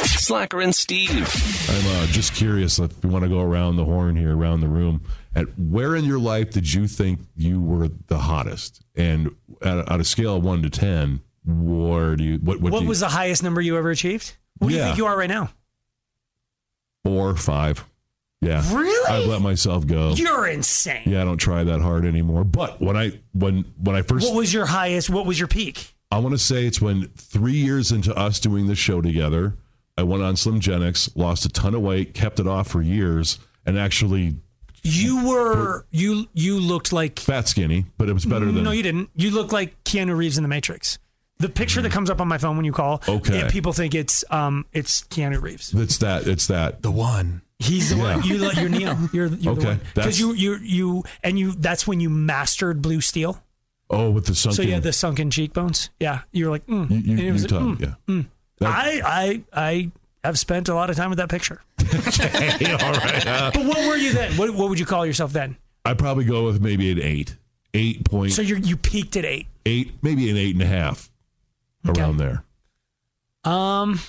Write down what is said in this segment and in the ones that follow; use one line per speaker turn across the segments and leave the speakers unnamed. Slacker and Steve.
I'm uh, just curious if we want to go around the horn here, around the room. At where in your life did you think you were the hottest? And at, a- on a scale of one to ten, where do you what what, do
What
you,
was the highest number you ever achieved? What do you
Yeah.
think you are right now?
four five? Yeah,
Really?
I've let myself go.
You're insane.
yeah, I don't try that hard anymore. But when I when when I first
What was your highest? What was your peak?
I want to say it's when three years into us doing this show together, I went on Slim Genix, lost a ton of weight, kept it off for years, and actually
You were you you looked like
fat skinny, but it was better than
no, you didn't. You look like Keanu Reeves in The Matrix. The picture that comes up on my phone when you call,
Mm. Okay.
yeah, people think it's um it's Keanu Reeves.
it's that it's that.
The one.
He's the
Yeah.
one. You look, you're Neo. You're, you're
Okay,
the one
that's-
because you you you and you. That's when you mastered Blue Steel.
Oh, with the sunken
So you had the sunken cheekbones. Yeah, you were like, mm.
you, you,
and it was
you
like,
talk-
mm.
yeah.
I I I have spent a lot of time with that picture.
Yeah,
mm.
all right. Uh,
But what were you then? What what would you call yourself then?
I probably go with maybe an eight, eight point
So you you peaked at eight.
eight, maybe an eight and a half, around there.
Um.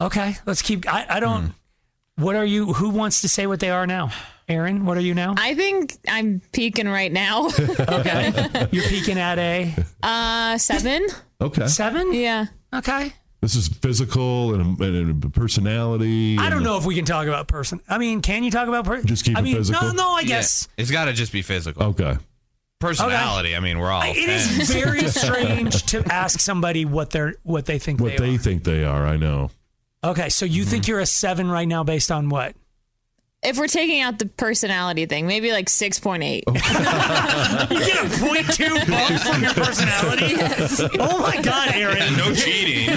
Okay, let's keep. I, I don't.
Hmm.
What are you? Who wants to say what they are now? Aaron, what are you now?
I think I'm peaking right now.
Okay, you're peaking at a
uh, seven.
Okay,
seven.
Yeah.
Okay.
this is physical and, and, and personality.
I
and-
don't know if we can talk about person. I mean, can you talk about person?
Just keep
I
it
mean, no,
physical?
no. I
Yeah,
guess
it's got to just be physical.
Okay,
Personality. I mean, we're all.
it is
fans.
very strange to ask somebody what they're what they think
what
they
they Mm-hmm.
are.
think they are, I know.
Okay, so you think you're a seven right now based on what?
If we're taking out the personality thing, maybe like 6.8.
Oh.
You get a point two bump from your personality. Oh my god, Aaron.
No cheating.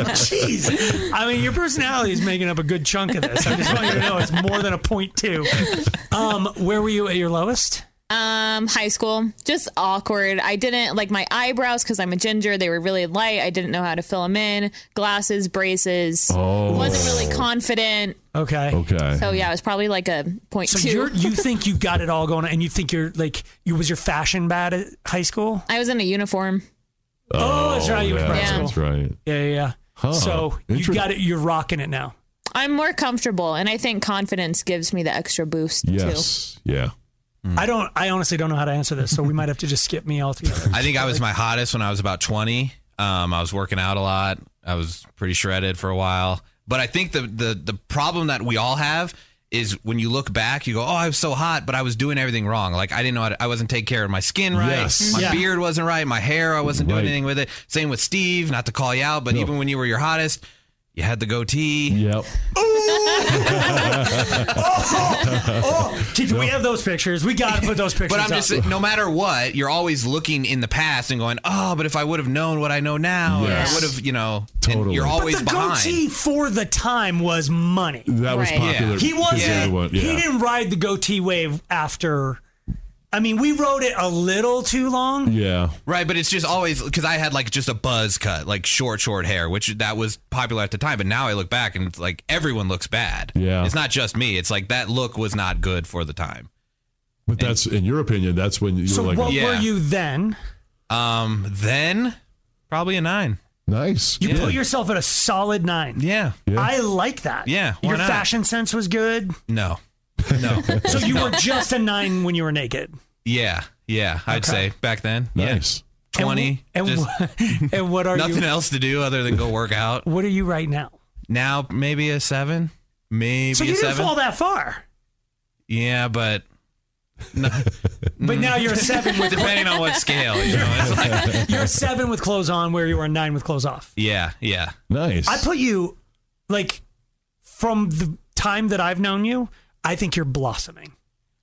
Jeez. I mean, your personality is making up a good chunk of this. I just want you to know it's more than a point two. Um, where were you at your lowest?
Um, high school, just awkward. I didn't like my eyebrows because I'm a ginger. They were really light. I didn't know how to fill them in. Glasses, braces.
Oh.
Wasn't really confident.
Okay.
Okay.
So yeah, it was probably like a point
So
two.
you you think you got it all going, and you think you're like you was your fashion bad at high school?
I was in a uniform.
Oh, that's right, you were
yeah,
in high
That's right.
Yeah, yeah. yeah.
Huh.
So you
Interest-
got it. You're rocking it now.
I'm more comfortable, and I think confidence gives me the extra boost too.
Yes. Yeah.
I don't. I honestly don't know how to answer this, so we might have to just skip me altogether.
I think I was my hottest when I was about 20. Um, I was working out a lot. I was pretty shredded for a while. But I think the, the the problem that we all have is when you look back, you go, "Oh, I was so hot, but I was doing everything wrong. Like I didn't know how to, I wasn't taking care of my skin right.
Yes.
My
Yeah.
beard wasn't right. My hair, I wasn't
Right.
doing anything with it. Same with Steve. Not to call you out, but
No.
even when you were your hottest, you had the goatee.
Yep.
Keith, we have those pictures. We got to put those pictures.
But I'm
up.
just no matter what, you're always looking in the past and going, "Oh, but if I would have known what I know now, or
Yes.
I would have, you know." and
Totally.
you're
But
always
but the
behind.
goatee for the time was money.
That was
Right. Yeah.
popular.
He wasn't.
because everyone- Yeah.
He didn't ride the goatee wave after. I mean, we rode it a little too long.
Yeah.
Right, but it's just always because I had like just a buzz cut, like short, short hair, which that was popular at the time. But now I look back and it's like everyone looks bad.
Yeah.
It's not just me. It's like that look was not good for the time.
But that's in your opinion. That's when you
So
were like,
what were
Yeah.
you then?
Um, then probably a nine.
nice.
You
yeah.
put yourself at a solid nine.
Yeah.
I like that.
Yeah, why
your
not?
fashion sense was good.
No. No.
So you were just a nine when you were naked.
yeah. Yeah. I'd
Okay.
say back then.
nice.
Yeah. Twenty.
And,
just
wh- and what are
nothing
you?
else to do other than go work out.
What are you right now?
Now maybe a seven. Maybe
So
a
you didn't
seven.
fall that far,
yeah, but
but now you're a seven. With,
depending on what scale, you know. It's like,
you're a seven with clothes on, where you were a nine with clothes off.
yeah, yeah.
Nice.
I put you like from the time that I've known you, I think you're blossoming.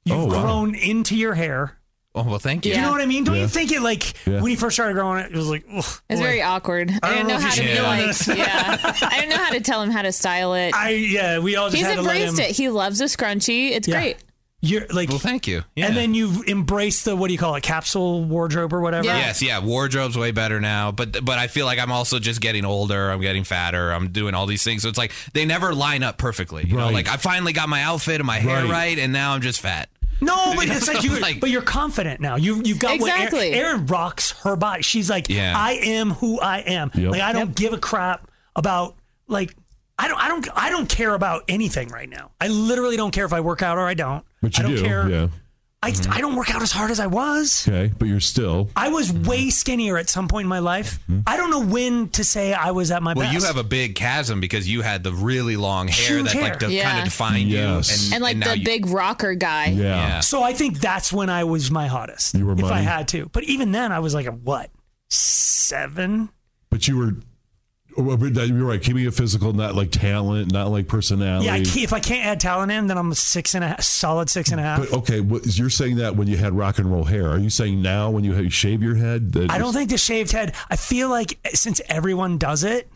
You've
Oh, wow.
grown into your hair.
Oh well, thank you.
Do you know
Yeah.
what I mean? Don't
Yeah.
you think it like
Yeah.
when you first started growing it, it was like, ugh,
It's
boy.
very awkward. I,
don't
didn't
know
know,
if
how
you
to
should
be
do
like,
this.
yeah. I didn't know how to tell him how to style it.
I yeah, we all just
He's
had to let
embraced
him-
it. He loves a scrunchie. It's
Yeah.
great.
You're like,
Well, thank you. Yeah.
and then you've embraced the what do you call it, capsule wardrobe or whatever.
Yeah.
Yes, yeah, wardrobe's way better now, but but I feel like I'm also just getting older. I'm getting fatter. I'm doing all these things, so it's like they never line up perfectly. You know,
Right.
like I finally got my outfit and my hair
Right.
right, and now I'm just fat.
No, but it's like you,
Like-
but you're confident now. You you've got what
Exactly.
Aaron, Aaron rocks her body. She's like,
Yeah.
I am who I am.
Yep.
Like I don't give a crap about like I don't I don't I don't care about anything right now. I literally don't care if I work out or I don't.
But
I
you
don't
do,
care.
yeah. Mm-hmm.
I I don't work out as hard as I was.
Okay, but you're still.
I was way skinnier at some point in my life.
Mm-hmm.
I don't know when to say I was at my
Well,
best.
you have a big chasm because you had the really long hair
Huge
that like
hair.
de- kind
Yeah.
of defined
Yes.
you,
and like
now
the
you-
big rocker guy.
Yeah.
Yeah.
so I think that's when I was my hottest.
You were
if I
money.
had to. But even then, I was like a what seven?
But you were. well, but that- You're right. Keeping it physical, not like talent, not like personality.
Yeah, I can't, if I can't add talent in, then I'm a six and a half, solid six and a half.
But okay, what, you're saying that when you had rock and roll hair. Are you saying now when you, have, you shave your head? That
I don't think the shaved head. I feel like since everyone does it,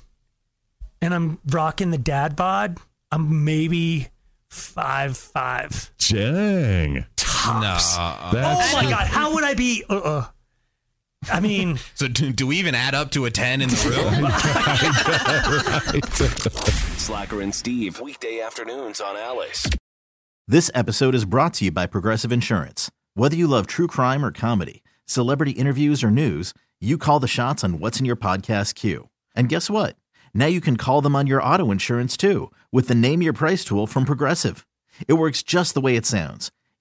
and I'm rocking the dad bod, I'm maybe five five
Jang.
tops.
Uh,
Oh
That's
my
the-
god, how would I be? Uh, uh I mean,
so do, do we even add up to a ten in the room?
Slacker and Steve. Weekday afternoons on Alice.
This episode is brought to you by Progressive Insurance. Whether you love true crime or comedy, celebrity interviews or news, you call the shots on what's in your podcast queue. And guess what? Now you can call them on your auto insurance too with the Name Your Price tool from Progressive. It works just the way it sounds.